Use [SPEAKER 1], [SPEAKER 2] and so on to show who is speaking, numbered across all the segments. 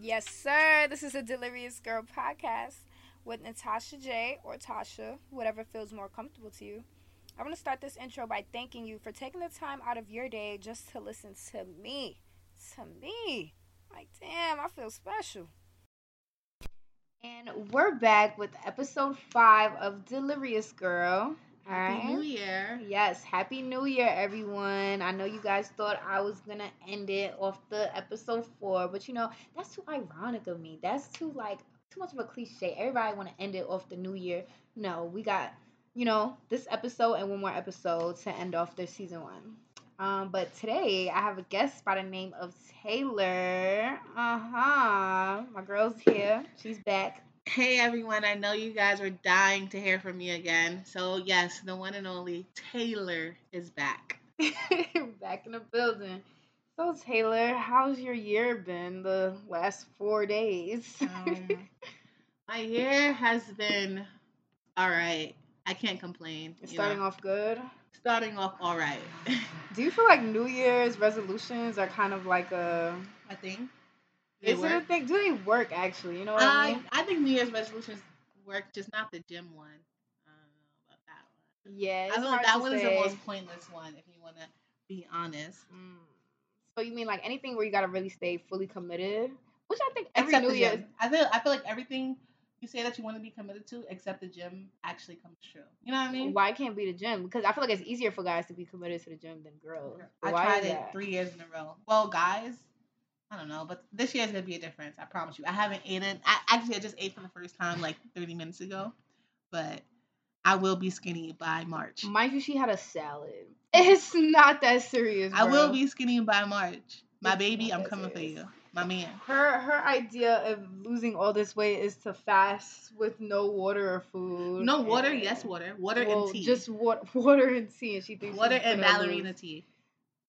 [SPEAKER 1] Yes, sir. This is a Delirious Girl podcast with Natasha J or Tasha, whatever feels more comfortable to you. I want to start this intro by thanking you for taking the time out of your day just to listen to me. To me. Like, damn, I feel special. And we're back with episode five of Delirious Girl. All
[SPEAKER 2] Happy New
[SPEAKER 1] right.
[SPEAKER 2] Year.
[SPEAKER 1] Yes, happy new year, everyone. I know you guys thought I was gonna end it off the episode four, but you know, that's too ironic of me. That's too like too much of a cliche. Everybody wanna end it off the new year. No, we got, you know, this episode and one more episode to end off their season one. Um, but today I have a guest by the name of Taylor. Uh-huh. My girl's here. She's back.
[SPEAKER 2] Hey everyone, I know you guys were dying to hear from me again. So, yes, the one and only Taylor is back.
[SPEAKER 1] back in the building. So Taylor, how's your year been the last four days?
[SPEAKER 2] Um, my year has been all right. I can't complain. you
[SPEAKER 1] Starting
[SPEAKER 2] know.
[SPEAKER 1] off good.
[SPEAKER 2] starting off all right.
[SPEAKER 1] Do you feel like New Year's resolutions are kind of like a
[SPEAKER 2] I think. They
[SPEAKER 1] is it a
[SPEAKER 2] work.
[SPEAKER 1] thing? Do they work actually? You know what I
[SPEAKER 2] I,
[SPEAKER 1] mean?
[SPEAKER 2] I think New Year's resolutions work, just not the gym one. I don't know about that one.
[SPEAKER 1] Yeah,
[SPEAKER 2] I
[SPEAKER 1] it's
[SPEAKER 2] don't,
[SPEAKER 1] hard
[SPEAKER 2] that
[SPEAKER 1] to
[SPEAKER 2] one is the
[SPEAKER 1] say.
[SPEAKER 2] most pointless one, if you want to be honest.
[SPEAKER 1] Mm. So you mean like anything where you gotta really stay fully committed? Which I think every
[SPEAKER 2] except
[SPEAKER 1] New
[SPEAKER 2] the
[SPEAKER 1] Year's
[SPEAKER 2] gym. I feel I feel like everything you say that you want to be committed to, except the gym, actually comes true. You know what I mean?
[SPEAKER 1] why it can't be the gym? Because I feel like it's easier for guys to be committed to the gym than girls.
[SPEAKER 2] I
[SPEAKER 1] Why
[SPEAKER 2] tried
[SPEAKER 1] is
[SPEAKER 2] it
[SPEAKER 1] that?
[SPEAKER 2] three years in a row. Well, guys, I don't know, but this year's gonna be a difference. I promise you. I haven't eaten. I actually I just ate for the first time like 30 minutes ago, but I will be skinny by March.
[SPEAKER 1] Mind you, she had a salad. It's not that serious.
[SPEAKER 2] I will
[SPEAKER 1] bro.
[SPEAKER 2] be skinny by March. My
[SPEAKER 1] It's
[SPEAKER 2] baby,
[SPEAKER 1] not
[SPEAKER 2] I'm
[SPEAKER 1] that
[SPEAKER 2] coming for
[SPEAKER 1] serious.
[SPEAKER 2] you. My man.
[SPEAKER 1] Her her idea of losing all this weight is to fast with no water or food.
[SPEAKER 2] No water,
[SPEAKER 1] and-
[SPEAKER 2] yes water. Water
[SPEAKER 1] Well,
[SPEAKER 2] and tea.
[SPEAKER 1] Just wa- water and tea, and she thinks
[SPEAKER 2] water
[SPEAKER 1] she's
[SPEAKER 2] and
[SPEAKER 1] gonna
[SPEAKER 2] ballerina
[SPEAKER 1] lose-
[SPEAKER 2] tea.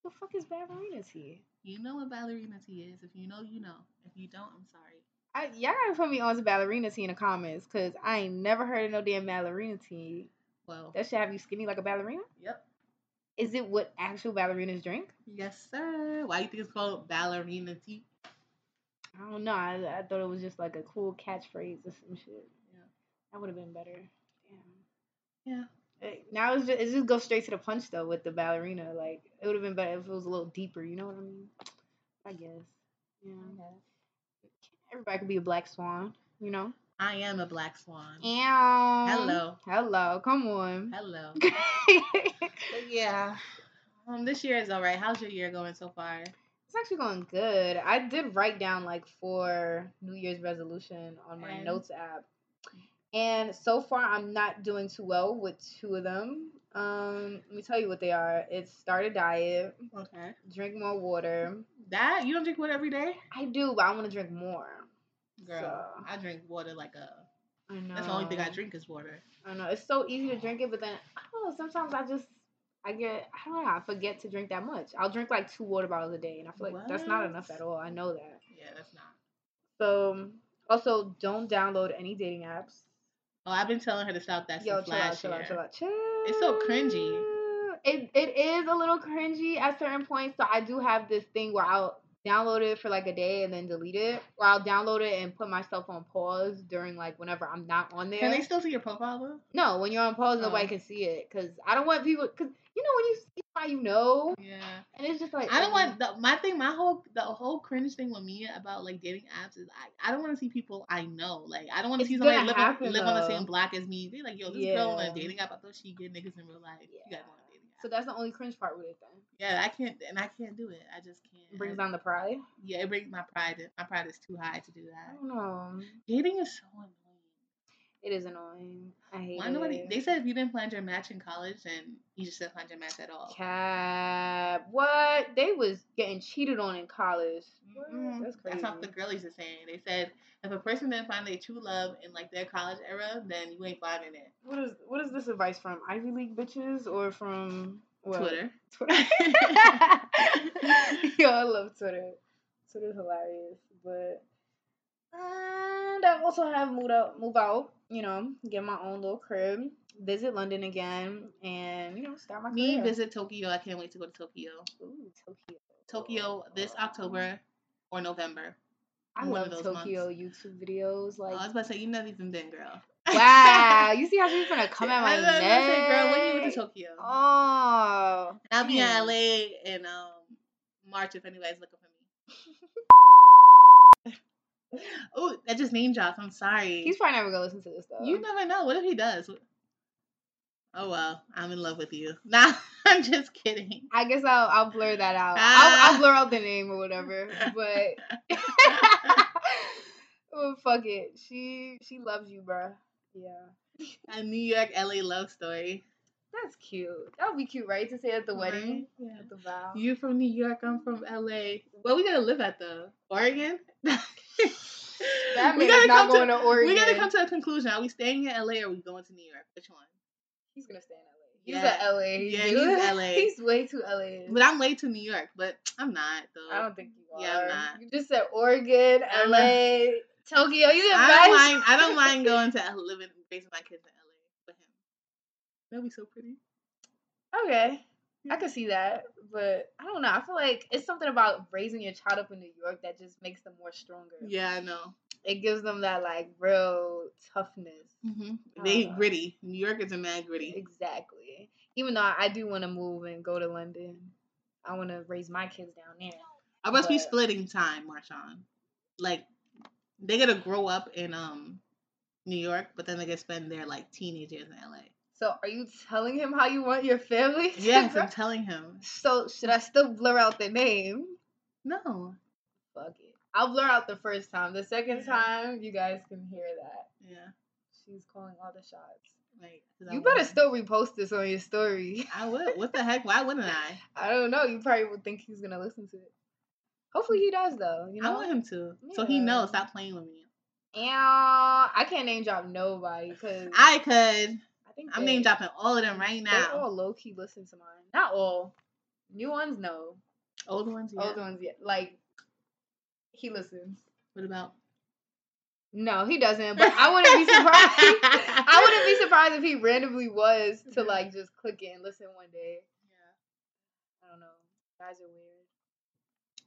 [SPEAKER 1] What the fuck is ballerina tea?
[SPEAKER 2] You know what ballerina tea is. If you know, you know. If you don't, I'm sorry.
[SPEAKER 1] I, y'all gotta put me on to ballerina tea in the comments, cause I ain't never heard of no damn ballerina tea.
[SPEAKER 2] Well,
[SPEAKER 1] That should have you skinny like a ballerina.
[SPEAKER 2] yep.
[SPEAKER 1] Is it what actual ballerinas drink?
[SPEAKER 2] Yes, sir. Why you think it's called ballerina tea?
[SPEAKER 1] I don't know. I, I thought it was just like a cool catchphrase or some shit.
[SPEAKER 2] Yeah.
[SPEAKER 1] That would have been better. Damn.
[SPEAKER 2] Yeah.
[SPEAKER 1] Like, Now it's just, it just goes straight to the punch though with the ballerina. Like it would have been better if it was a little deeper. You know what I mean? I guess. Yeah. Everybody could be a black swan. You know.
[SPEAKER 2] I am a black swan.
[SPEAKER 1] And
[SPEAKER 2] Hello.
[SPEAKER 1] Hello. Come on.
[SPEAKER 2] Hello. But yeah. Um, this year is all right. How's your year going so far?
[SPEAKER 1] it's actually going good. I did write down like four New Year's resolution on my
[SPEAKER 2] And?
[SPEAKER 1] notes app. And so far I'm not doing too well with two of them. Um, let me tell you what they are. It's start a diet,
[SPEAKER 2] Okay.
[SPEAKER 1] drink more water.
[SPEAKER 2] That you don't drink water every day,
[SPEAKER 1] I do, but I want to drink more.
[SPEAKER 2] girl.
[SPEAKER 1] So- Um.
[SPEAKER 2] I drink water like a.
[SPEAKER 1] I know.
[SPEAKER 2] That's the only thing I drink is water.
[SPEAKER 1] I know. It's so easy to drink it, but then I don't know. Sometimes I just I get I don't know. I forget to drink that much. I'll drink like two water bottles a day, and I feel like that's not
[SPEAKER 2] What?
[SPEAKER 1] enough at all. I know that.
[SPEAKER 2] Yeah, that's not.
[SPEAKER 1] So also, don't download any dating apps.
[SPEAKER 2] Oh, I've been telling her to stop that
[SPEAKER 1] Yo,
[SPEAKER 2] since
[SPEAKER 1] chill out,
[SPEAKER 2] last
[SPEAKER 1] chill
[SPEAKER 2] year.
[SPEAKER 1] out, chill out, chill.
[SPEAKER 2] It's so cringy.
[SPEAKER 1] It it is a little cringy at certain points. So I do have this thing where I'll download it for like a day and then delete it, or I'll download it and put myself on pause during like whenever I'm not on there.
[SPEAKER 2] Can they still see your profile though?
[SPEAKER 1] No, when you're on pause, nobody
[SPEAKER 2] Oh.
[SPEAKER 1] can see it because I don't want people. Because you know when you see somebody you know,
[SPEAKER 2] Yeah.
[SPEAKER 1] and it's just like
[SPEAKER 2] I don't
[SPEAKER 1] mm,
[SPEAKER 2] want the, my thing. My whole the whole cringe thing with me about like dating apps is I, I don't want to see people I know. Like I don't want to
[SPEAKER 1] It's
[SPEAKER 2] see somebody
[SPEAKER 1] gonna
[SPEAKER 2] live,
[SPEAKER 1] happen,
[SPEAKER 2] on, live on the
[SPEAKER 1] though.
[SPEAKER 2] same block as me. They like yo, this girl on
[SPEAKER 1] Yeah.
[SPEAKER 2] a dating app. I thought she get niggas in real life. You
[SPEAKER 1] Yeah.
[SPEAKER 2] guys want a dating app?
[SPEAKER 1] "Oh." So that's the only cringe part with it. Then
[SPEAKER 2] yeah, I can't and I can't do it. I just can't.
[SPEAKER 1] it brings down the pride.
[SPEAKER 2] yeah, it brings my pride. in- My pride is too high to do
[SPEAKER 1] I
[SPEAKER 2] that.
[SPEAKER 1] don't know.
[SPEAKER 2] Dating is so annoying.
[SPEAKER 1] It is annoying. I hate
[SPEAKER 2] Why
[SPEAKER 1] it.
[SPEAKER 2] nobody? They said if you didn't plan your match in college, then you just didn't plan your match at all.
[SPEAKER 1] Cap. What they was getting cheated on in college. What?
[SPEAKER 2] Mm-mm.
[SPEAKER 1] That's crazy.
[SPEAKER 2] not what Mm-hmm. the girlies are saying. They said if a person didn't find their true love in like their college era, then you ain't finding it.
[SPEAKER 1] what is what is this advice from Ivy League bitches or from what?
[SPEAKER 2] Twitter.
[SPEAKER 1] Twitter. Yo, I love Twitter. Twitter's hilarious, but and I also have moved out, move out. You know, get my own little crib, visit London again, and you know, start my
[SPEAKER 2] Me
[SPEAKER 1] career.
[SPEAKER 2] visit Tokyo. I can't wait to go to Tokyo.
[SPEAKER 1] Ooh, Tokyo.
[SPEAKER 2] Tokyo this October or November.
[SPEAKER 1] I
[SPEAKER 2] one
[SPEAKER 1] love
[SPEAKER 2] of those
[SPEAKER 1] Tokyo YouTube videos.
[SPEAKER 2] I was
[SPEAKER 1] Like,
[SPEAKER 2] about to say you never even been, girl.
[SPEAKER 1] wow, you see how she's gonna come at
[SPEAKER 2] I
[SPEAKER 1] my
[SPEAKER 2] was about to say, girl, when you went
[SPEAKER 1] neck?
[SPEAKER 2] to Tokyo?
[SPEAKER 1] Oh,
[SPEAKER 2] And I'll be
[SPEAKER 1] man.
[SPEAKER 2] in LA in um, March if anybody's looking for me. oh, that just name drops. I'm sorry.
[SPEAKER 1] He's probably never gonna listen to this though.
[SPEAKER 2] you never know. What if he does?
[SPEAKER 1] Mm.
[SPEAKER 2] Oh well, I'm in love with you. Nah, I'm just kidding.
[SPEAKER 1] I guess I'll I'll blur that out.
[SPEAKER 2] Ah.
[SPEAKER 1] I'll, I'll blur out the name or whatever. But well, fuck it. She she loves you, bruh. Yeah,
[SPEAKER 2] A New York, LA love story.
[SPEAKER 1] that's cute. That would be cute, right? To say at the wedding,
[SPEAKER 2] Right? Yeah.
[SPEAKER 1] at the vow.
[SPEAKER 2] You're from New York. I'm from LA. Where we gonna live at though? Oregon.
[SPEAKER 1] that
[SPEAKER 2] we
[SPEAKER 1] man is
[SPEAKER 2] gotta
[SPEAKER 1] not
[SPEAKER 2] come
[SPEAKER 1] going
[SPEAKER 2] to.
[SPEAKER 1] to, Oregon.
[SPEAKER 2] We gotta come to a conclusion. Are we staying in LA or are we going to New York? Which one?
[SPEAKER 1] He's gonna stay in LA. He's
[SPEAKER 2] Yeah.
[SPEAKER 1] a LA.
[SPEAKER 2] Yeah,
[SPEAKER 1] dude.
[SPEAKER 2] he's LA.
[SPEAKER 1] He's way too LA.
[SPEAKER 2] But I'm late to New York. But I'm not though.
[SPEAKER 1] I don't think you are.
[SPEAKER 2] Yeah, I'm not.
[SPEAKER 1] You just said Oregon,
[SPEAKER 2] I'm not.
[SPEAKER 1] LA, Tokyo. You didn't
[SPEAKER 2] I don't
[SPEAKER 1] buy-
[SPEAKER 2] mind. I don't mind going to living raising my kids in LA with him. That'd be so pretty.
[SPEAKER 1] Okay. I could see that, but I don't know. I feel like it's something about raising your child up in New York that just makes them more stronger.
[SPEAKER 2] Yeah, I know.
[SPEAKER 1] It gives them that like real toughness.
[SPEAKER 2] hmm
[SPEAKER 1] I
[SPEAKER 2] They
[SPEAKER 1] don't know.
[SPEAKER 2] gritty. New Yorkers are mad gritty.
[SPEAKER 1] Exactly. Even though I I do want to move and go to London, I want to raise my kids down there.
[SPEAKER 2] I must be
[SPEAKER 1] But-
[SPEAKER 2] splitting time, Marshawn. Like they gotta grow up in um New York, but then they can spend their like teenage years in LA.
[SPEAKER 1] So, are you telling him how you want your family? to
[SPEAKER 2] Yes,
[SPEAKER 1] grow?
[SPEAKER 2] I'm telling him.
[SPEAKER 1] So, should I still blur out the name?
[SPEAKER 2] No.
[SPEAKER 1] Fuck it. I'll blur out the first time. The second
[SPEAKER 2] Yeah.
[SPEAKER 1] time, you guys can hear that.
[SPEAKER 2] Yeah.
[SPEAKER 1] She's calling all the shots.
[SPEAKER 2] Like 'cause I
[SPEAKER 1] You better
[SPEAKER 2] wanna-
[SPEAKER 1] still repost this on your story.
[SPEAKER 2] I would. What the heck? Why wouldn't I?
[SPEAKER 1] I don't know. You probably would think he's gonna listen to it. Hopefully he does though. You
[SPEAKER 2] I
[SPEAKER 1] know.
[SPEAKER 2] want him to. So he
[SPEAKER 1] Yeah.
[SPEAKER 2] knows. Stop playing with me.
[SPEAKER 1] And I can't name drop nobody because
[SPEAKER 2] I could.
[SPEAKER 1] I think
[SPEAKER 2] I'm
[SPEAKER 1] they-
[SPEAKER 2] name dropping all of them right
[SPEAKER 1] They
[SPEAKER 2] now.
[SPEAKER 1] all low key listen to mine. Not all. New ones, no.
[SPEAKER 2] Old ones, yeah.
[SPEAKER 1] Old ones, yeah. Like he listens.
[SPEAKER 2] What about?
[SPEAKER 1] No, he doesn't. But I wouldn't be surprised. I wouldn't be surprised if he randomly was to
[SPEAKER 2] Mhm.
[SPEAKER 1] like just click it and listen one day.
[SPEAKER 2] Yeah.
[SPEAKER 1] I don't know. Guys are weird.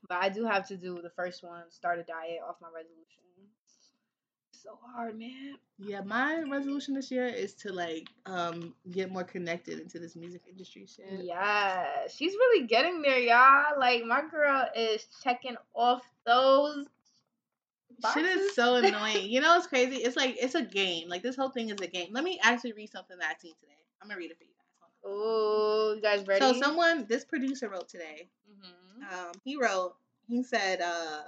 [SPEAKER 1] But I do have to do the first one, start a diet off my resolution. So hard, man.
[SPEAKER 2] Yeah, my resolution this year is to like um get more connected into this music industry shit.
[SPEAKER 1] Yeah, she's really getting there, y'all. Like my girl is checking off those.
[SPEAKER 2] Shit
[SPEAKER 1] boxes.
[SPEAKER 2] is so annoying. You know what's crazy? It's like it's a game. Like this whole thing is a game. Let me actually read something that I seen today. I'm gonna read it for you guys. Hold on.
[SPEAKER 1] Oh, you guys ready?
[SPEAKER 2] So someone, this producer wrote today.
[SPEAKER 1] Mhm.
[SPEAKER 2] Um, he wrote. He said, uh,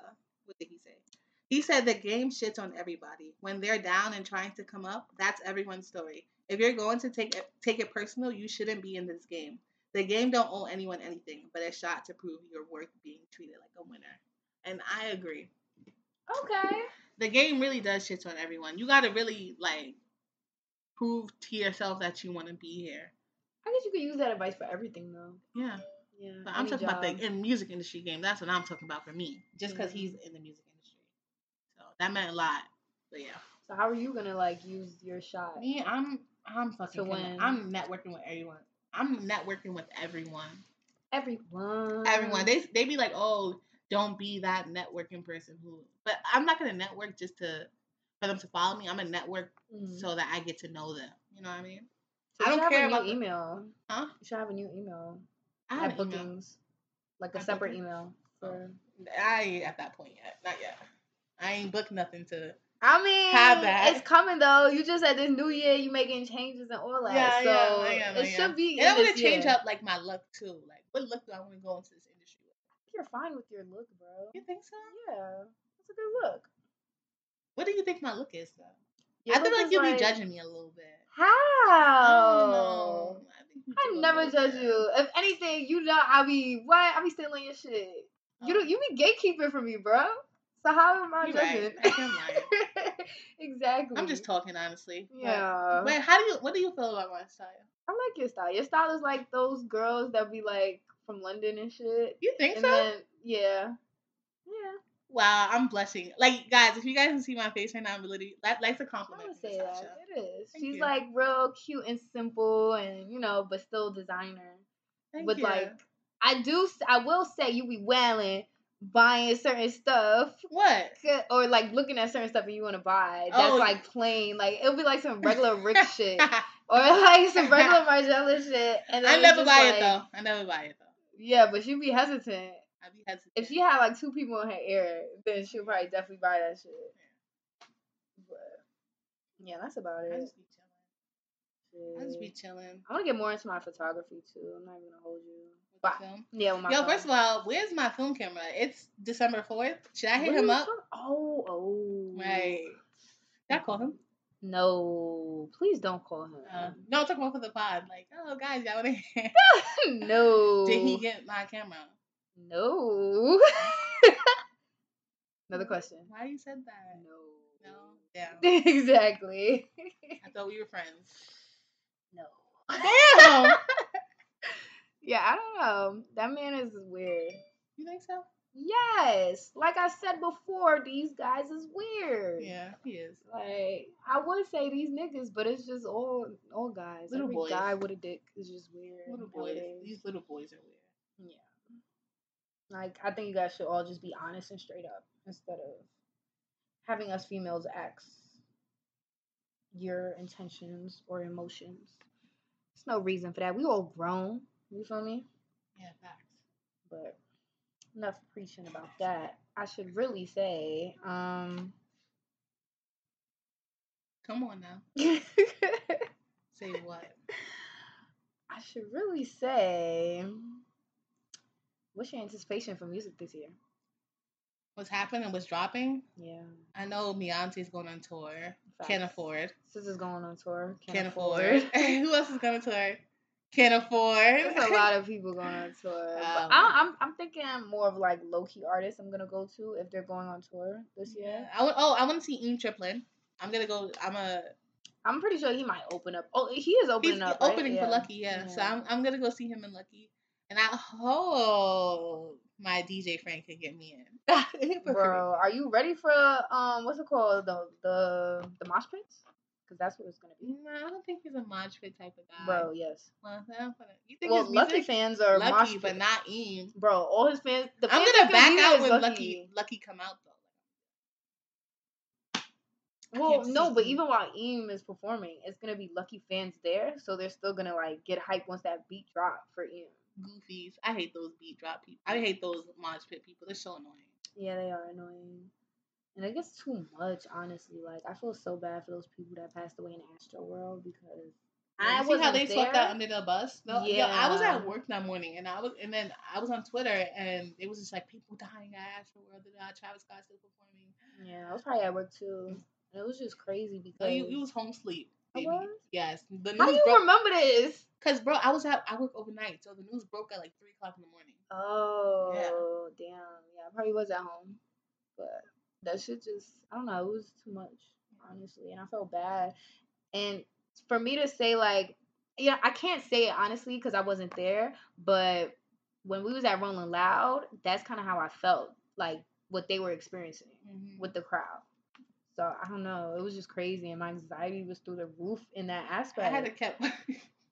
[SPEAKER 2] "What did he say?" He said the game shits on everybody. When they're down and trying to come up, that's everyone's story. If you're going to take it, take it personal, you shouldn't be in this game. The game don't owe anyone anything, but a shot to prove your worth being treated like a winner. And I agree.
[SPEAKER 1] Okay.
[SPEAKER 2] The game really does shits on everyone. You got to really like prove to yourself that you want to be here.
[SPEAKER 1] I guess you could use that advice for everything though.
[SPEAKER 2] Yeah.
[SPEAKER 1] Yeah.
[SPEAKER 2] But I'm
[SPEAKER 1] any
[SPEAKER 2] talking about
[SPEAKER 1] job.
[SPEAKER 2] the in music industry game. That's what I'm talking about for me. Just because
[SPEAKER 1] Yeah.
[SPEAKER 2] he's in the music industry, so that meant a lot. But yeah,
[SPEAKER 1] So how are you gonna like use your shot?
[SPEAKER 2] me, I'm I'm fucking.
[SPEAKER 1] To
[SPEAKER 2] connect-
[SPEAKER 1] win.
[SPEAKER 2] I'm networking with everyone. I'm networking with everyone.
[SPEAKER 1] Everyone.
[SPEAKER 2] Everyone. They they be like, oh, don't be that networking person who. But I'm not gonna network just to for them to follow me. I'm a network
[SPEAKER 1] Mhm.
[SPEAKER 2] so that I get to know them. You know what I mean?
[SPEAKER 1] So
[SPEAKER 2] I
[SPEAKER 1] you
[SPEAKER 2] don't
[SPEAKER 1] should
[SPEAKER 2] care
[SPEAKER 1] have a
[SPEAKER 2] about
[SPEAKER 1] new
[SPEAKER 2] the-
[SPEAKER 1] email.
[SPEAKER 2] Huh?
[SPEAKER 1] You should have a new email.
[SPEAKER 2] I
[SPEAKER 1] at
[SPEAKER 2] have an email.
[SPEAKER 1] bookings, like a
[SPEAKER 2] At
[SPEAKER 1] separate
[SPEAKER 2] bookings? Oh.
[SPEAKER 1] email. For...
[SPEAKER 2] I ain't at that point yet. Not yet. I ain't booked nothing to.
[SPEAKER 1] I mean,
[SPEAKER 2] Have that.
[SPEAKER 1] it's coming though. You just said this new year, you making changes and all that.
[SPEAKER 2] Yeah, I
[SPEAKER 1] so
[SPEAKER 2] am, I am,
[SPEAKER 1] it
[SPEAKER 2] I am.
[SPEAKER 1] should be.
[SPEAKER 2] And I'm
[SPEAKER 1] in
[SPEAKER 2] gonna
[SPEAKER 1] this
[SPEAKER 2] change
[SPEAKER 1] year.
[SPEAKER 2] up like my look too. Like, what look do I want to go into this industry with?
[SPEAKER 1] You're fine with your look, bro.
[SPEAKER 2] You think so?
[SPEAKER 1] Yeah, it's a good look.
[SPEAKER 2] What do you think my look is though?
[SPEAKER 1] Your
[SPEAKER 2] I feel
[SPEAKER 1] look
[SPEAKER 2] like
[SPEAKER 1] is
[SPEAKER 2] you'll be judging me a little bit. I don't
[SPEAKER 1] How?
[SPEAKER 2] know. Oh. I, think you
[SPEAKER 1] I
[SPEAKER 2] do a
[SPEAKER 1] never
[SPEAKER 2] little
[SPEAKER 1] judge
[SPEAKER 2] bit.
[SPEAKER 1] you. If anything, you know I be what? I be stealing your shit. You
[SPEAKER 2] Oh,
[SPEAKER 1] do, you be gatekeeping for me, bro. So how am I
[SPEAKER 2] you're
[SPEAKER 1] judging?
[SPEAKER 2] Oh, right. I am lying.
[SPEAKER 1] exactly.
[SPEAKER 2] I'm just talking honestly. but-
[SPEAKER 1] Yeah.
[SPEAKER 2] But how do you? What do you feel about my style?
[SPEAKER 1] I like your style. Your style is like those girls that be like from London and shit.
[SPEAKER 2] You think
[SPEAKER 1] And
[SPEAKER 2] so?
[SPEAKER 1] then yeah. Yeah.
[SPEAKER 2] wow, I'm blushing. Like guys, if you guys can see my face right now, I'm literally that, that's a
[SPEAKER 1] I
[SPEAKER 2] compliment.
[SPEAKER 1] would
[SPEAKER 2] from
[SPEAKER 1] say
[SPEAKER 2] Natasha.
[SPEAKER 1] that. It is.
[SPEAKER 2] Thank
[SPEAKER 1] She's
[SPEAKER 2] you.
[SPEAKER 1] like real cute and simple and you know, but still designer.
[SPEAKER 2] Thank
[SPEAKER 1] But,
[SPEAKER 2] you.
[SPEAKER 1] like, I do s- I will say you be wailing, buying certain stuff eh,
[SPEAKER 2] What?
[SPEAKER 1] or like looking at certain stuff and you want to buy that's
[SPEAKER 2] Oh,
[SPEAKER 1] like plain like it'll be like some regular Rick shit or like some regular Margiela shit and then
[SPEAKER 2] I
[SPEAKER 1] it's
[SPEAKER 2] never
[SPEAKER 1] just
[SPEAKER 2] buy
[SPEAKER 1] like-
[SPEAKER 2] it though. I never buy it though.
[SPEAKER 1] yeah but she'd be hesitant
[SPEAKER 2] I be hesitant.
[SPEAKER 1] if she had like two people in her ear then she would probably definitely buy that shit but yeah that's about
[SPEAKER 2] I
[SPEAKER 1] it
[SPEAKER 2] just be chilling. I just be chilling.
[SPEAKER 1] I want to get more into my photography too I'm not even gonna hold you
[SPEAKER 2] with the
[SPEAKER 1] but
[SPEAKER 2] film.
[SPEAKER 1] yeah with Oh my
[SPEAKER 2] Yo, first of all, where's my film camera? It's December fourth. Should I hit him up?
[SPEAKER 1] oh oh
[SPEAKER 2] Right. Should I call him?
[SPEAKER 1] no please don't call him
[SPEAKER 2] Uh, no, I'm talking about for the pod. Like, oh guys, y'all wanna hear?
[SPEAKER 1] no
[SPEAKER 2] Did he get my camera?
[SPEAKER 1] No. Another question.
[SPEAKER 2] Why you said that?
[SPEAKER 1] No.
[SPEAKER 2] No. Damn.
[SPEAKER 1] exactly.
[SPEAKER 2] I thought we were friends.
[SPEAKER 1] No.
[SPEAKER 2] Damn.
[SPEAKER 1] Yeah, I don't know. That man is weird.
[SPEAKER 2] you think so?
[SPEAKER 1] Yes. Like I said before, these guys is weird.
[SPEAKER 2] Yeah, he is.
[SPEAKER 1] Like I would say these niggas, but it's just all all guys.
[SPEAKER 2] Little
[SPEAKER 1] Every
[SPEAKER 2] boys.
[SPEAKER 1] guy with a dick is just weird.
[SPEAKER 2] Little boys.
[SPEAKER 1] nowadays.
[SPEAKER 2] These little boys are weird.
[SPEAKER 1] Like I think you guys should all just be honest and straight up instead of having us females ask your intentions or emotions. There's no reason for that. We all grown. You feel me?
[SPEAKER 2] Yeah, facts.
[SPEAKER 1] But enough preaching about that. I should really say, um
[SPEAKER 2] Come on now.
[SPEAKER 1] I
[SPEAKER 2] Say what?
[SPEAKER 1] should really say what's your anticipation for music this year?
[SPEAKER 2] What's happening? What's dropping?
[SPEAKER 1] Yeah.
[SPEAKER 2] I know Beyonce's going on tour. Can't
[SPEAKER 1] facts.
[SPEAKER 2] afford.
[SPEAKER 1] Sisters going on tour.
[SPEAKER 2] Can't, afford. Who else is going to tour? Can't afford.
[SPEAKER 1] There's a lot of people going on tour.
[SPEAKER 2] Um,
[SPEAKER 1] but I, I'm I'm thinking more of like low key artists. I'm gonna go to if they're going on tour this year.
[SPEAKER 2] Yeah. I want. Oh, I want to see Eam Triplin. I'm gonna go. I'm a.
[SPEAKER 1] I'm pretty sure he might open up. Oh, he is opening
[SPEAKER 2] He's
[SPEAKER 1] up. right?
[SPEAKER 2] opening
[SPEAKER 1] Yeah.
[SPEAKER 2] for Lucky. Yeah. So I'm. I'm gonna go see him in Lucky. And I hope my DJ friend can get me in.
[SPEAKER 1] Bro, are you ready for um what's it called the the the mosh pits? Because that's what it's gonna be.
[SPEAKER 2] No, I don't think he's a mosh pit type of guy.
[SPEAKER 1] Bro, yes.
[SPEAKER 2] Well, I don't wanna- you think
[SPEAKER 1] well,
[SPEAKER 2] his
[SPEAKER 1] Lucky
[SPEAKER 2] music?
[SPEAKER 1] fans are
[SPEAKER 2] Lucky,
[SPEAKER 1] mosh
[SPEAKER 2] but
[SPEAKER 1] pit.
[SPEAKER 2] not Eam.
[SPEAKER 1] Bro, all his fans. The
[SPEAKER 2] I'm
[SPEAKER 1] fans
[SPEAKER 2] gonna
[SPEAKER 1] that
[SPEAKER 2] back
[SPEAKER 1] he is
[SPEAKER 2] out when Lucky Lucky come out though. I
[SPEAKER 1] Well,
[SPEAKER 2] can't
[SPEAKER 1] no,
[SPEAKER 2] see
[SPEAKER 1] but
[SPEAKER 2] Eam.
[SPEAKER 1] even while Eam is performing, it's gonna be Lucky fans there, so they're still gonna like get hype once that beat drop for Eam.
[SPEAKER 2] Goofies. I hate those beat drop people. I hate those mosh pit people. They're so annoying.
[SPEAKER 1] Yeah, they are annoying. And it gets too much, honestly. Like I feel so bad for those people that passed away in Astro World because
[SPEAKER 2] I
[SPEAKER 1] I
[SPEAKER 2] you see how
[SPEAKER 1] wasn't
[SPEAKER 2] they swept
[SPEAKER 1] there.
[SPEAKER 2] that under the bus. No, yeah, I was
[SPEAKER 1] Yeah.
[SPEAKER 2] at work that morning, and I was, and then I was on Twitter, and it was just like people dying at Astroworld. Da, da, Travis Scott still performing.
[SPEAKER 1] yeah, I was probably at work too. And it was just crazy
[SPEAKER 2] No,
[SPEAKER 1] because
[SPEAKER 2] Oh, you, you was home sleep.
[SPEAKER 1] I
[SPEAKER 2] baby.
[SPEAKER 1] was?
[SPEAKER 2] Yes, the
[SPEAKER 1] how do
[SPEAKER 2] news
[SPEAKER 1] you
[SPEAKER 2] broke
[SPEAKER 1] remember this?
[SPEAKER 2] because bro, I was at I work overnight, so the news broke at like three o'clock in the morning.
[SPEAKER 1] Oh damn, yeah, I probably was at home, but that shit just I don't know, it was too much honestly, and I felt bad. And for me to say like, yeah, I can't say it honestly because I wasn't there, but when we was at Rolling Loud, that's kind of how I felt like what they were experiencing
[SPEAKER 2] Mhm.
[SPEAKER 1] with the crowd. So I don't know, it was just crazy, and my anxiety was through the roof in that
[SPEAKER 2] I
[SPEAKER 1] aspect.
[SPEAKER 2] had to kept. I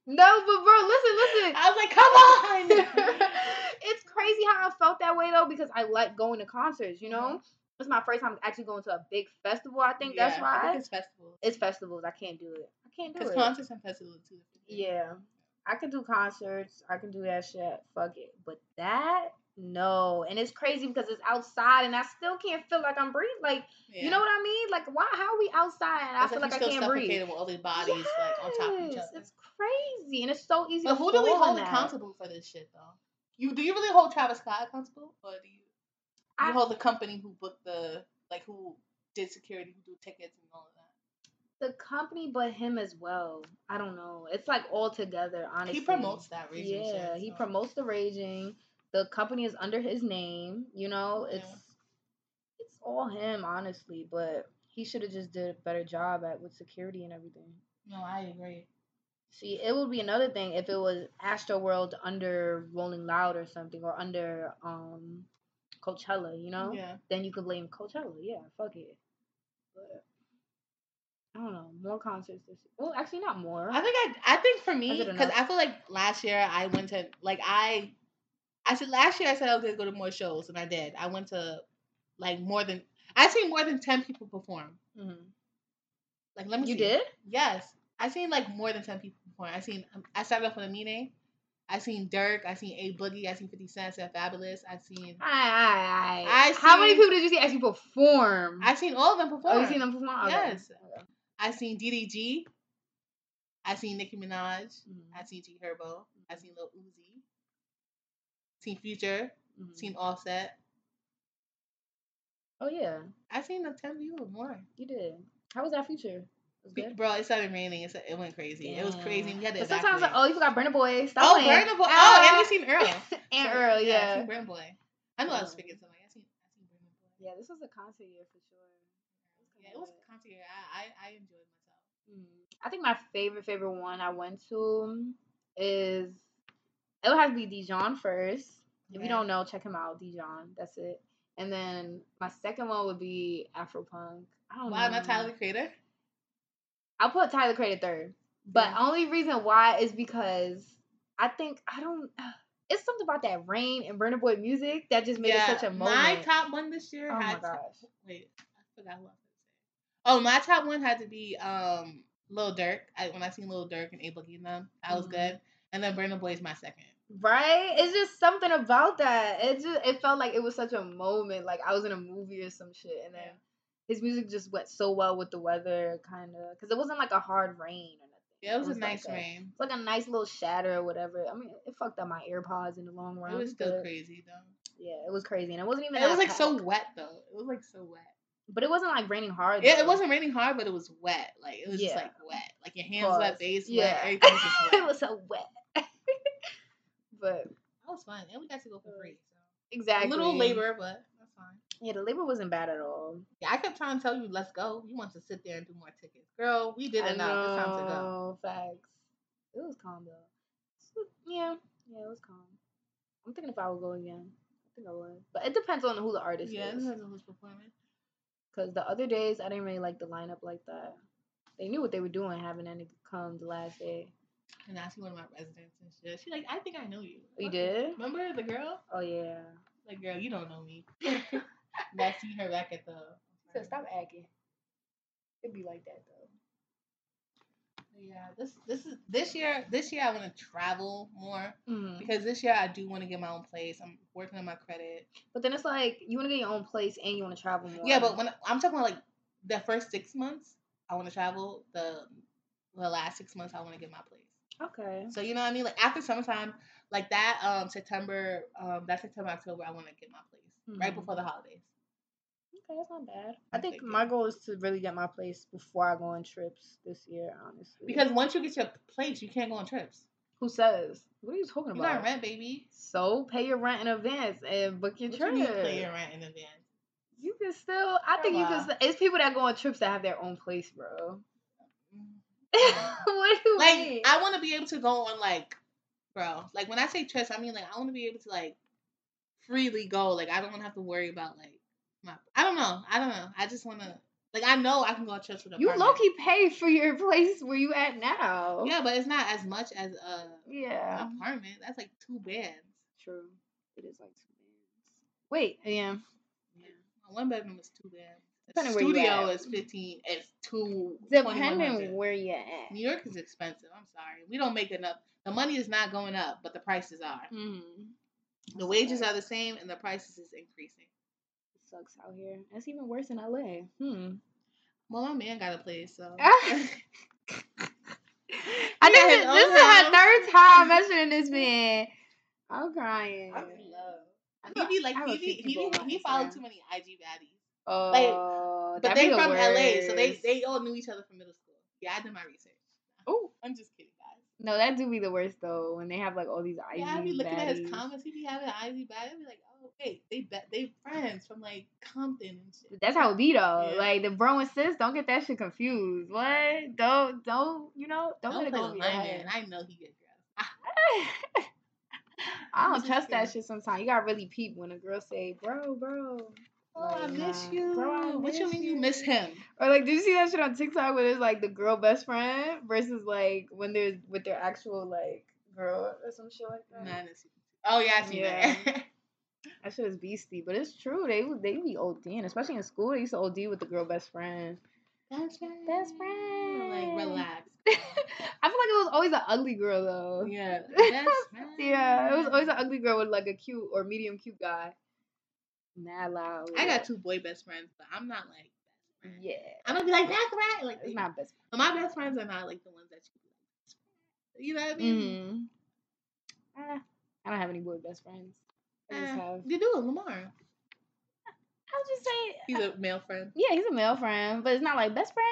[SPEAKER 1] No, but bro, listen, listen.
[SPEAKER 2] was like, come on.
[SPEAKER 1] it's crazy how I felt that way though because I like going to concerts, you know? It's my first time actually going to a big festival. I think that's
[SPEAKER 2] Mm-hmm. Yeah,
[SPEAKER 1] why.
[SPEAKER 2] I think it's festivals.
[SPEAKER 1] it's festivals. I can't do it. I can't do
[SPEAKER 2] Because
[SPEAKER 1] it.
[SPEAKER 2] concerts and festivals are two different things.
[SPEAKER 1] yeah. I can do concerts. I can do that shit. Fuck it. But that no. And it's crazy because it's outside and I still can't feel like I'm breathing. Like,
[SPEAKER 2] Yeah.
[SPEAKER 1] you know what I mean? Like, why how are we outside and I
[SPEAKER 2] It's
[SPEAKER 1] feel
[SPEAKER 2] like
[SPEAKER 1] like I
[SPEAKER 2] you still
[SPEAKER 1] can't breathe?
[SPEAKER 2] suffocating with all these bodies like on top of each
[SPEAKER 1] Yes,
[SPEAKER 2] other.
[SPEAKER 1] It's crazy. And it's so easy
[SPEAKER 2] But
[SPEAKER 1] to
[SPEAKER 2] who do we
[SPEAKER 1] fall in
[SPEAKER 2] hold
[SPEAKER 1] that.
[SPEAKER 2] accountable for this shit though? You do you really hold Travis Scott accountable, or do you you
[SPEAKER 1] I-
[SPEAKER 2] hold the company who booked the like who did security, who do tickets and all of that?
[SPEAKER 1] the company but him as well. I don't know. It's like all together, honestly.
[SPEAKER 2] He promotes that region.
[SPEAKER 1] Yeah,
[SPEAKER 2] shit,
[SPEAKER 1] he
[SPEAKER 2] so.
[SPEAKER 1] promotes the raging. The company is under his name, you know?
[SPEAKER 2] Yeah.
[SPEAKER 1] It's it's all him, honestly, but he should have just did a better job at with security and everything.
[SPEAKER 2] No, I agree.
[SPEAKER 1] See, it would be another thing if it was Astro World under Rolling Loud or something or under um Coachella, you know?
[SPEAKER 2] Yeah,
[SPEAKER 1] Then you could blame Coachella. Yeah, fuck it. But I don't know. More concerts this year. Well, actually, not more.
[SPEAKER 2] I think I I think for me
[SPEAKER 1] it
[SPEAKER 2] because
[SPEAKER 1] enough?
[SPEAKER 2] I feel like last year I went to like I I said last year I said I was gonna go to more shows, and I did. I went to like more than I seen more than ten people perform.
[SPEAKER 1] Mm-hmm.
[SPEAKER 2] Like let me.
[SPEAKER 1] You
[SPEAKER 2] see.
[SPEAKER 1] did?
[SPEAKER 2] Yes, I seen like more than ten people perform. I seen um, I started off with a meeting. I seen Dirk. I seen A Boogie. I seen Fifty Cent. I Fabulous. I seen
[SPEAKER 1] Aye, aye,
[SPEAKER 2] I
[SPEAKER 1] aye. How many
[SPEAKER 2] seen-
[SPEAKER 1] people did you see actually perform?
[SPEAKER 2] I seen all of them perform.
[SPEAKER 1] Oh, you seen them perform? Okay.
[SPEAKER 2] Yes. I seen DDG. I seen Nicki Minaj.
[SPEAKER 1] Mhm.
[SPEAKER 2] I seen G Herbo. I seen Lil Uzi. Seen Future.
[SPEAKER 1] Mhm.
[SPEAKER 2] Seen Offset.
[SPEAKER 1] Oh yeah,
[SPEAKER 2] I seen the ten people or more.
[SPEAKER 1] you did. How was that feature? It was good.
[SPEAKER 2] Bro, it started raining. It, it went crazy. It was crazy. We had to
[SPEAKER 1] But sometimes, like,
[SPEAKER 2] evacuate.
[SPEAKER 1] oh, you forgot Burner Boy. Stop
[SPEAKER 2] oh,
[SPEAKER 1] playing.
[SPEAKER 2] Burna Boy. Oh, and we seen Earl.
[SPEAKER 1] and
[SPEAKER 2] So,
[SPEAKER 1] Earl,
[SPEAKER 2] I
[SPEAKER 1] yeah. Oh.
[SPEAKER 2] seen Burna Boy. I know I was
[SPEAKER 1] Yeah.
[SPEAKER 2] speaking to somebody. I seen, I seen Burna Boy.
[SPEAKER 1] Yeah, this was a concert year for sure.
[SPEAKER 2] Yeah, it was concert. I, I, I enjoyed myself.
[SPEAKER 1] Mm. I think my favorite favorite one I went to is it would have to be Dijon first. If
[SPEAKER 2] Okay.
[SPEAKER 1] you don't know, check him out, Dijon. That's it. And then my second one would be Afropunk. I don't
[SPEAKER 2] Wow,
[SPEAKER 1] know.
[SPEAKER 2] not Tyler the Creator?
[SPEAKER 1] I'll put Tyler the Creator third. But
[SPEAKER 2] Yeah.
[SPEAKER 1] only reason why is because I think I don't. It's something about that rain and Burner Boy music that just made it such a moment.
[SPEAKER 2] My top one this year
[SPEAKER 1] oh my
[SPEAKER 2] had to-
[SPEAKER 1] gosh.
[SPEAKER 2] wait, I forgot what I was gonna say. Oh, my top one had to be um Lil Durk. I, when I seen Lil Durk and A Boogie and them, that was
[SPEAKER 1] Mhm.
[SPEAKER 2] good. And then Burna Boy is my second.
[SPEAKER 1] Right? It's just something about that. It just it felt like it was such a moment. Like I was in a movie or some shit, and then
[SPEAKER 2] Yeah.
[SPEAKER 1] his music just went so well with the weather, kind of, because it wasn't like a hard rain or nothing.
[SPEAKER 2] Yeah, it was, a
[SPEAKER 1] like
[SPEAKER 2] nice rain.
[SPEAKER 1] It's like a nice little shatter or whatever. I mean, it fucked up my AirPods in the long run.
[SPEAKER 2] It was
[SPEAKER 1] but
[SPEAKER 2] still crazy though.
[SPEAKER 1] Yeah, it was crazy, and it wasn't even.
[SPEAKER 2] It was
[SPEAKER 1] that
[SPEAKER 2] like so
[SPEAKER 1] packed.
[SPEAKER 2] wet though. It was like so wet.
[SPEAKER 1] but it wasn't like raining hard.
[SPEAKER 2] Yeah, it
[SPEAKER 1] though.
[SPEAKER 2] wasn't raining hard, but it was wet. Like it was just
[SPEAKER 1] Yeah.
[SPEAKER 2] like wet. Like your hands
[SPEAKER 1] Pause.
[SPEAKER 2] wet, face wet,
[SPEAKER 1] Yeah.
[SPEAKER 2] everything was just wet.
[SPEAKER 1] it was so wet. but
[SPEAKER 2] that was fun, and we got to go for free. So.
[SPEAKER 1] exactly,
[SPEAKER 2] A little labor, but that's fine.
[SPEAKER 1] Yeah, the labor wasn't bad at all.
[SPEAKER 2] Yeah, I kept trying to tell you, let's go. You want to sit there and do more tickets. Girl, we did
[SPEAKER 1] I
[SPEAKER 2] enough. It's time to go.
[SPEAKER 1] know, Facts. It was calm though. So, Yeah, yeah, it was calm. I'm thinking if I would go again. I think I would, but it depends on who the artist
[SPEAKER 2] Yeah, this
[SPEAKER 1] is.
[SPEAKER 2] is who's performing.
[SPEAKER 1] Because the other days I didn't really like the lineup like that. They knew what they were doing, having that nigga come the last day.
[SPEAKER 2] And I see one of my residents and shit. She like, I think I know you.
[SPEAKER 1] Oh, You
[SPEAKER 2] Okay.
[SPEAKER 1] did?
[SPEAKER 2] Remember the girl?
[SPEAKER 1] Oh yeah.
[SPEAKER 2] Like, girl, you don't know me. And I see her back at the.
[SPEAKER 1] So stop acting. It'd be like that though.
[SPEAKER 2] Yeah, this this is this year. This year I want to travel more
[SPEAKER 1] Mm-hmm.
[SPEAKER 2] because this year I do want to get my own place. I'm working on my credit.
[SPEAKER 1] But then it's like you want to get your own place and you want to travel more.
[SPEAKER 2] Yeah, but when I'm talking about like the first six months, I want to travel. The the last six months, I want to get my place.
[SPEAKER 1] okay.
[SPEAKER 2] So you know what I mean? Like after summertime, like that um September, um that September, October, I want to get my place. Right
[SPEAKER 1] Mhm.
[SPEAKER 2] before the holidays.
[SPEAKER 1] Okay, that's not bad. I
[SPEAKER 2] I
[SPEAKER 1] think
[SPEAKER 2] think it-
[SPEAKER 1] my goal is to really get my place before I go on trips this year, honestly.
[SPEAKER 2] Because once you get your place, you can't go on trips.
[SPEAKER 1] who says? What are you talking
[SPEAKER 2] You
[SPEAKER 1] about?
[SPEAKER 2] got rent, baby.
[SPEAKER 1] So pay your rent in advance and book your
[SPEAKER 2] What
[SPEAKER 1] trip.
[SPEAKER 2] you
[SPEAKER 1] You,
[SPEAKER 2] mean pay your rent in advance?
[SPEAKER 1] can still. I think you can.
[SPEAKER 2] Grandma.
[SPEAKER 1] s- It's people that go on trips that have their own place, bro.
[SPEAKER 2] Mm-hmm. Yeah.
[SPEAKER 1] what do you mean?
[SPEAKER 2] Like I want to be able to go on like, bro. Like when I say trips, I mean like I want to be able to like freely go. Like I don't want to have to worry about like my. I don't know. I don't know. I just want to. Like I know I can go on trips with a
[SPEAKER 1] you
[SPEAKER 2] partner.
[SPEAKER 1] low key pay for your place where you at now.
[SPEAKER 2] Yeah, but it's not as much as a
[SPEAKER 1] Yeah.
[SPEAKER 2] apartment. That's like two beds.
[SPEAKER 1] True. It is like two days. Wait. Yeah.
[SPEAKER 2] Yeah. My one bedroom is too bad. The
[SPEAKER 1] Depending where you
[SPEAKER 2] studio
[SPEAKER 1] at.
[SPEAKER 2] is fifteen. It's two.
[SPEAKER 1] Depending
[SPEAKER 2] 2100.
[SPEAKER 1] where you at.
[SPEAKER 2] New York is expensive. I'm sorry, we don't make enough. The money is not going up, but the prices are.
[SPEAKER 1] Mm-hmm.
[SPEAKER 2] The wages are the same, and the prices is increasing.
[SPEAKER 1] sucks out here. That's even worse in LA. Hmm.
[SPEAKER 2] Well, my man got a place, so
[SPEAKER 1] I
[SPEAKER 2] He got
[SPEAKER 1] think
[SPEAKER 2] his
[SPEAKER 1] this,
[SPEAKER 2] own
[SPEAKER 1] this is her
[SPEAKER 2] house.
[SPEAKER 1] third time mentioning this man. I'm crying.
[SPEAKER 2] I'm in love. he be like
[SPEAKER 1] I
[SPEAKER 2] he
[SPEAKER 1] would
[SPEAKER 2] be,
[SPEAKER 1] kick
[SPEAKER 2] he,
[SPEAKER 1] people
[SPEAKER 2] be,
[SPEAKER 1] on
[SPEAKER 2] he
[SPEAKER 1] Instagram.
[SPEAKER 2] followed too many IG baddies,
[SPEAKER 1] Oh,
[SPEAKER 2] but they from LA, so they they all knew each other from middle school. Yeah, I did my research.
[SPEAKER 1] Oh
[SPEAKER 2] I'm just kidding, guys.
[SPEAKER 1] no, that do be the worst though when they have like all these IG
[SPEAKER 2] Yeah, I'd be looking at his
[SPEAKER 1] baddies.
[SPEAKER 2] comments. He'd be having an IG bad. I'd be like, oh, wait, they bet they friends from like Compton and shit.
[SPEAKER 1] That's how it be though.
[SPEAKER 2] Yeah.
[SPEAKER 1] Like the bro and sis, don't get that shit confused. What? Don't don't you know? Don't,
[SPEAKER 2] Don't
[SPEAKER 1] let it
[SPEAKER 2] play
[SPEAKER 1] go
[SPEAKER 2] with
[SPEAKER 1] over
[SPEAKER 2] my
[SPEAKER 1] your head.
[SPEAKER 2] man. I know he gets girls.
[SPEAKER 1] I
[SPEAKER 2] I'm
[SPEAKER 1] don't
[SPEAKER 2] just
[SPEAKER 1] trust that
[SPEAKER 2] kidding.
[SPEAKER 1] shit sometimes. You gotta really peep when a girl say, "Bro, bro."
[SPEAKER 2] Oh, I
[SPEAKER 1] Like,
[SPEAKER 2] miss
[SPEAKER 1] nah.
[SPEAKER 2] you.
[SPEAKER 1] Bro, I
[SPEAKER 2] what you
[SPEAKER 1] miss
[SPEAKER 2] mean you miss
[SPEAKER 1] you.
[SPEAKER 2] him?
[SPEAKER 1] Or like, did you see that shit on TikTok where it's like the girl best friend versus like when they're with their actual like girl or some shit like that?
[SPEAKER 2] Madness. Oh yeah, I see
[SPEAKER 1] Yeah.
[SPEAKER 2] that.
[SPEAKER 1] That shit is beastie, but it's true. They would- they be ODing, especially in school. They used to OD with the girl best friend.
[SPEAKER 2] Best friend.
[SPEAKER 1] Best friend.
[SPEAKER 2] Like relax.
[SPEAKER 1] I feel like it was always an ugly girl though.
[SPEAKER 2] Yeah. Best friend.
[SPEAKER 1] Yeah, it was always an ugly girl with like a cute or medium cute guy. Mad loud.
[SPEAKER 2] I got two boy best friends, but I'm not like best friend.
[SPEAKER 1] Yeah,
[SPEAKER 2] I'm gonna be like best friend. Like
[SPEAKER 1] it's not best.
[SPEAKER 2] but my best friends are not like the ones that you be like. best friend. You know what I mean?
[SPEAKER 1] Mm. Ah, I don't have any boy best friends. I just
[SPEAKER 2] Eh,
[SPEAKER 1] have.
[SPEAKER 2] you do Lamar.
[SPEAKER 1] I'll just say.
[SPEAKER 2] He's a male friend.
[SPEAKER 1] Yeah, he's a male friend, but it's not like best friend.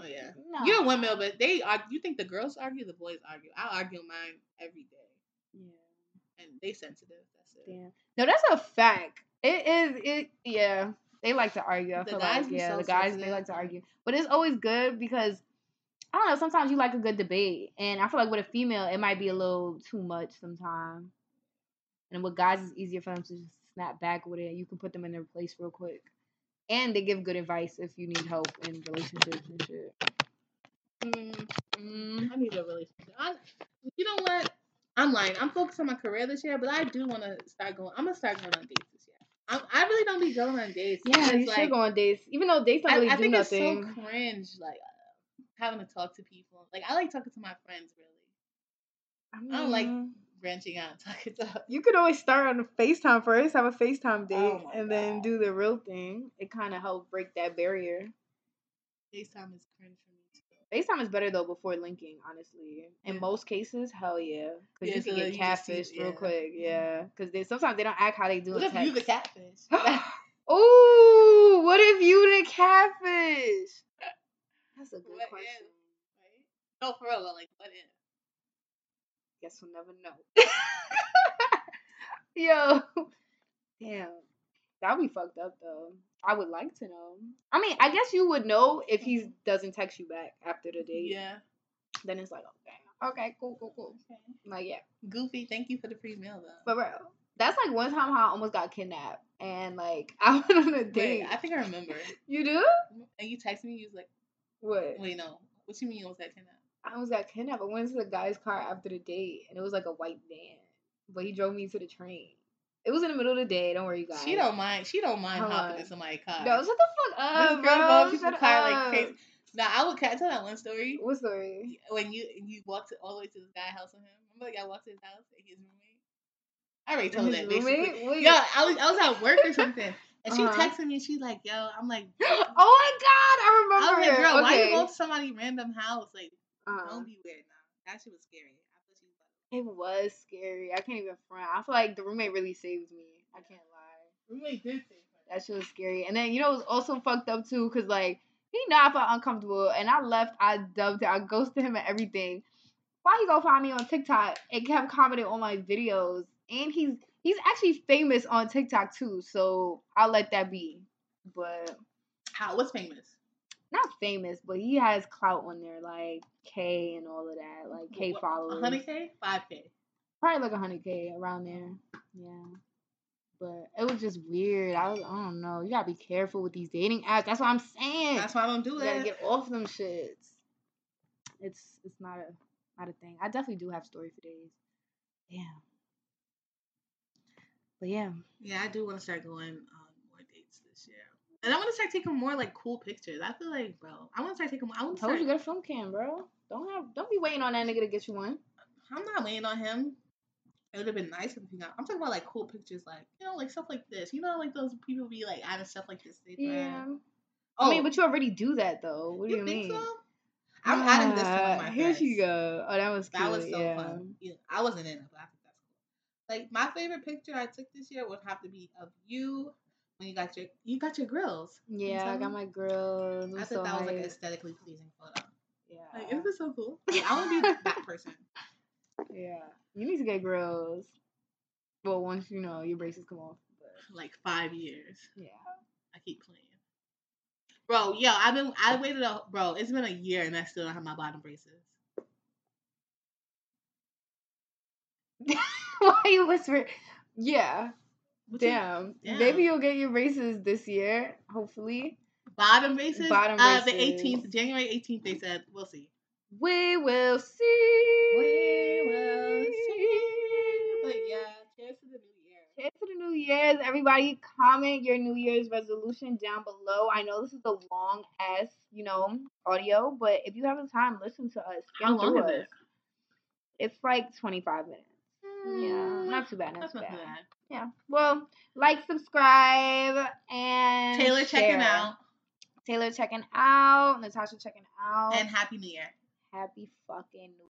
[SPEAKER 2] Oh yeah.
[SPEAKER 1] No.
[SPEAKER 2] You're one male, but they are. You think the girls argue, the boys argue. I argue mine every day,
[SPEAKER 1] Yeah.
[SPEAKER 2] and they sensitive. That's it.
[SPEAKER 1] Damn. No, that's a fact. It is. It yeah. They like to argue. I
[SPEAKER 2] The
[SPEAKER 1] feel
[SPEAKER 2] guys
[SPEAKER 1] like
[SPEAKER 2] be
[SPEAKER 1] yeah,
[SPEAKER 2] so
[SPEAKER 1] the guys they
[SPEAKER 2] sensitive.
[SPEAKER 1] like to argue, but it's always good because I don't know. Sometimes you like a good debate, and I feel like with a female, it might be a little too much sometimes. And with guys, it's easier for them to just snap back with it. You can put them in their place real quick, and they give good advice if you need help in relationships and shit. Mm.
[SPEAKER 2] I need a relationship. I, you know what? I'm lying. I'm focused on my career this year, but I do want to start going. I'm gonna start going on dates this year. I'm, I really don't be going on dates.
[SPEAKER 1] Yeah,
[SPEAKER 2] because,
[SPEAKER 1] you
[SPEAKER 2] like,
[SPEAKER 1] should go on dates, even though dates don't really
[SPEAKER 2] I, I
[SPEAKER 1] do
[SPEAKER 2] think
[SPEAKER 1] nothing.
[SPEAKER 2] it's so cringe, like uh, having to talk to people. Like I like talking to my friends, really, I don't like-
[SPEAKER 1] mean-
[SPEAKER 2] branching out and talking to.
[SPEAKER 1] You could always start on a FaceTime first, have a FaceTime date,
[SPEAKER 2] Oh my
[SPEAKER 1] and then
[SPEAKER 2] God.
[SPEAKER 1] do the real thing. It kind of helped break that barrier.
[SPEAKER 2] FaceTime is cringe for me too.
[SPEAKER 1] FaceTime is better though before linking, honestly. In
[SPEAKER 2] Yeah.
[SPEAKER 1] most cases, hell yeah, because
[SPEAKER 2] Yeah,
[SPEAKER 1] you
[SPEAKER 2] so
[SPEAKER 1] can
[SPEAKER 2] that
[SPEAKER 1] get
[SPEAKER 2] you just see-
[SPEAKER 1] catfished real
[SPEAKER 2] yeah. Mm-hmm.
[SPEAKER 1] quick. Yeah, because they, sometimes they don't act how they do
[SPEAKER 2] What
[SPEAKER 1] in
[SPEAKER 2] if you the
[SPEAKER 1] text.
[SPEAKER 2] catfish?
[SPEAKER 1] Ooh, what if you the catfish? That's a good
[SPEAKER 2] What if?
[SPEAKER 1] question.
[SPEAKER 2] Right? No, for real. though, Like what if?
[SPEAKER 1] Guess we'll never know. Yo, damn, that'd be fucked up though. I would like to know. I mean, I guess you would know if he doesn't text you back after the date.
[SPEAKER 2] Mm-hmm. Yeah.
[SPEAKER 1] Then it's like, okay, okay, cool, cool, cool.
[SPEAKER 2] Okay.
[SPEAKER 1] Like, yeah,
[SPEAKER 2] Goofy, thank you for the free meal though.
[SPEAKER 1] for real. That's like one time how I almost got kidnapped, and like I went on a
[SPEAKER 2] Wait,
[SPEAKER 1] date.
[SPEAKER 2] I think I remember.
[SPEAKER 1] you do
[SPEAKER 2] And you texted me, you was like,
[SPEAKER 1] what?
[SPEAKER 2] wait, no. What you mean you almost had 10 out?
[SPEAKER 1] I almost got kidnapped. I went into the guy's car after the date, and it was like a white van, but he drove me to the train. It was in the middle of the day. Don't worry, you guys.
[SPEAKER 2] She don't mind. She don't mind
[SPEAKER 1] Hold
[SPEAKER 2] hopping
[SPEAKER 1] on.
[SPEAKER 2] in somebody's car.
[SPEAKER 1] No, shut the fuck
[SPEAKER 2] this
[SPEAKER 1] up,
[SPEAKER 2] girl
[SPEAKER 1] bro.
[SPEAKER 2] goes people
[SPEAKER 1] Shut
[SPEAKER 2] car
[SPEAKER 1] up.
[SPEAKER 2] like crazy. Now I would. Can I tell that one story?
[SPEAKER 1] What story?
[SPEAKER 2] When you you walked all the way to this guy's house with him. Remember, like I walked to his house and his roommate. I already told
[SPEAKER 1] His
[SPEAKER 2] that basically.
[SPEAKER 1] roommate? Wait.
[SPEAKER 2] Yo, I was I was at work or something, and she
[SPEAKER 1] Uh-huh.
[SPEAKER 2] texted me. She's like, "Yo," I'm like,
[SPEAKER 1] Oh my god, I
[SPEAKER 2] I was
[SPEAKER 1] remember.
[SPEAKER 2] like, "Girl,
[SPEAKER 1] it.
[SPEAKER 2] why
[SPEAKER 1] okay.
[SPEAKER 2] you go to somebody random house? Like,
[SPEAKER 1] Uh-huh.
[SPEAKER 2] don't be weird now. That shit was scary. I thought she was like,
[SPEAKER 1] It was scary. I can't even front. I feel like the roommate really saved me. I can't lie.
[SPEAKER 2] roommate did say
[SPEAKER 1] That shit was scary. And then you know it was also fucked up too, cause like he know I felt uncomfortable, and I left. I dubbed it. I ghosted him and everything. Why he go find me on TikTok and kept commenting on my videos? And he's he's actually famous on TikTok too, so I'll let that be. But
[SPEAKER 2] How? What's famous?
[SPEAKER 1] not famous, but he has clout on there, like K and all of that, like K
[SPEAKER 2] What,
[SPEAKER 1] followers.
[SPEAKER 2] 100k, 5k.
[SPEAKER 1] Probably like a hundred K around there. Yeah. But it was just weird. I was, I don't know. You gotta be careful with these dating apps. That's what I'm saying.
[SPEAKER 2] That's why I don't do
[SPEAKER 1] you gotta
[SPEAKER 2] that.
[SPEAKER 1] get off them shits. It's it's not a not a thing. I definitely do have story for days. Yeah. But yeah.
[SPEAKER 2] Yeah, I do want to start going on more dates this year, and I want to start taking more like cool pictures. I feel like, bro, I want to start taking. more I want to
[SPEAKER 1] Told
[SPEAKER 2] start.
[SPEAKER 1] you get a film cam, bro. Don't have don't be waiting on that nigga to get you one.
[SPEAKER 2] I'm not waiting on him. It would have been nice if he got. I'm talking about like cool pictures, like you know, like stuff like this. You know, like those people be like adding stuff like this. to their
[SPEAKER 1] Yeah.
[SPEAKER 2] thread.
[SPEAKER 1] I mean, but you already do that though. What do you,
[SPEAKER 2] Oh. think
[SPEAKER 1] mean?
[SPEAKER 2] so? I'm adding this to one
[SPEAKER 1] Ah,
[SPEAKER 2] of my.
[SPEAKER 1] Here she
[SPEAKER 2] threads.
[SPEAKER 1] go. Oh, that was cute.
[SPEAKER 2] That was so
[SPEAKER 1] yeah.
[SPEAKER 2] fun. Yeah, I wasn't in it, but I think that's cool. Like my favorite picture I took this year would have to be of you when you got your you got your grills. you
[SPEAKER 1] Yeah, I
[SPEAKER 2] tell
[SPEAKER 1] got
[SPEAKER 2] me?
[SPEAKER 1] my grill. It
[SPEAKER 2] I
[SPEAKER 1] was
[SPEAKER 2] thought
[SPEAKER 1] so
[SPEAKER 2] that was like an
[SPEAKER 1] hype.
[SPEAKER 2] aesthetically pleasing photo.
[SPEAKER 1] yeah.
[SPEAKER 2] Like, isn't this so cool? Like, Uh, I want to be that person.
[SPEAKER 1] yeah. You need to get grills. Well, once you know your braces come off. But
[SPEAKER 2] Like five years,
[SPEAKER 1] yeah.
[SPEAKER 2] I keep playing. Bro, yo, I've been I waited a bro. It's been a year and I still don't have my bottom braces.
[SPEAKER 1] Why you whisper? Yeah.
[SPEAKER 2] What you-
[SPEAKER 1] Damn.
[SPEAKER 2] Damn.
[SPEAKER 1] Maybe you'll get your braces this year. Hopefully.
[SPEAKER 2] bottom braces.
[SPEAKER 1] Bottom
[SPEAKER 2] uh, the
[SPEAKER 1] braces.
[SPEAKER 2] 18th, January 18th. They said we'll see.
[SPEAKER 1] We will see.
[SPEAKER 2] We will see. But yeah,
[SPEAKER 1] here's to the New Year's. Everybody, comment your New Year's resolution down below. I know this is a long ass, you know, audio, but if you have the time, listen to us.
[SPEAKER 2] How
[SPEAKER 1] Get
[SPEAKER 2] long
[SPEAKER 1] through
[SPEAKER 2] is
[SPEAKER 1] us.
[SPEAKER 2] it?
[SPEAKER 1] It's like 25 minutes. Yeah, not too bad. Not
[SPEAKER 2] Mm, That's
[SPEAKER 1] too
[SPEAKER 2] not
[SPEAKER 1] bad.
[SPEAKER 2] too bad.
[SPEAKER 1] Yeah. Well, like, subscribe, and
[SPEAKER 2] Taylor
[SPEAKER 1] share.
[SPEAKER 2] checking out
[SPEAKER 1] Taylor checking out. Natasha checking out.
[SPEAKER 2] and happy new year.
[SPEAKER 1] happy fucking New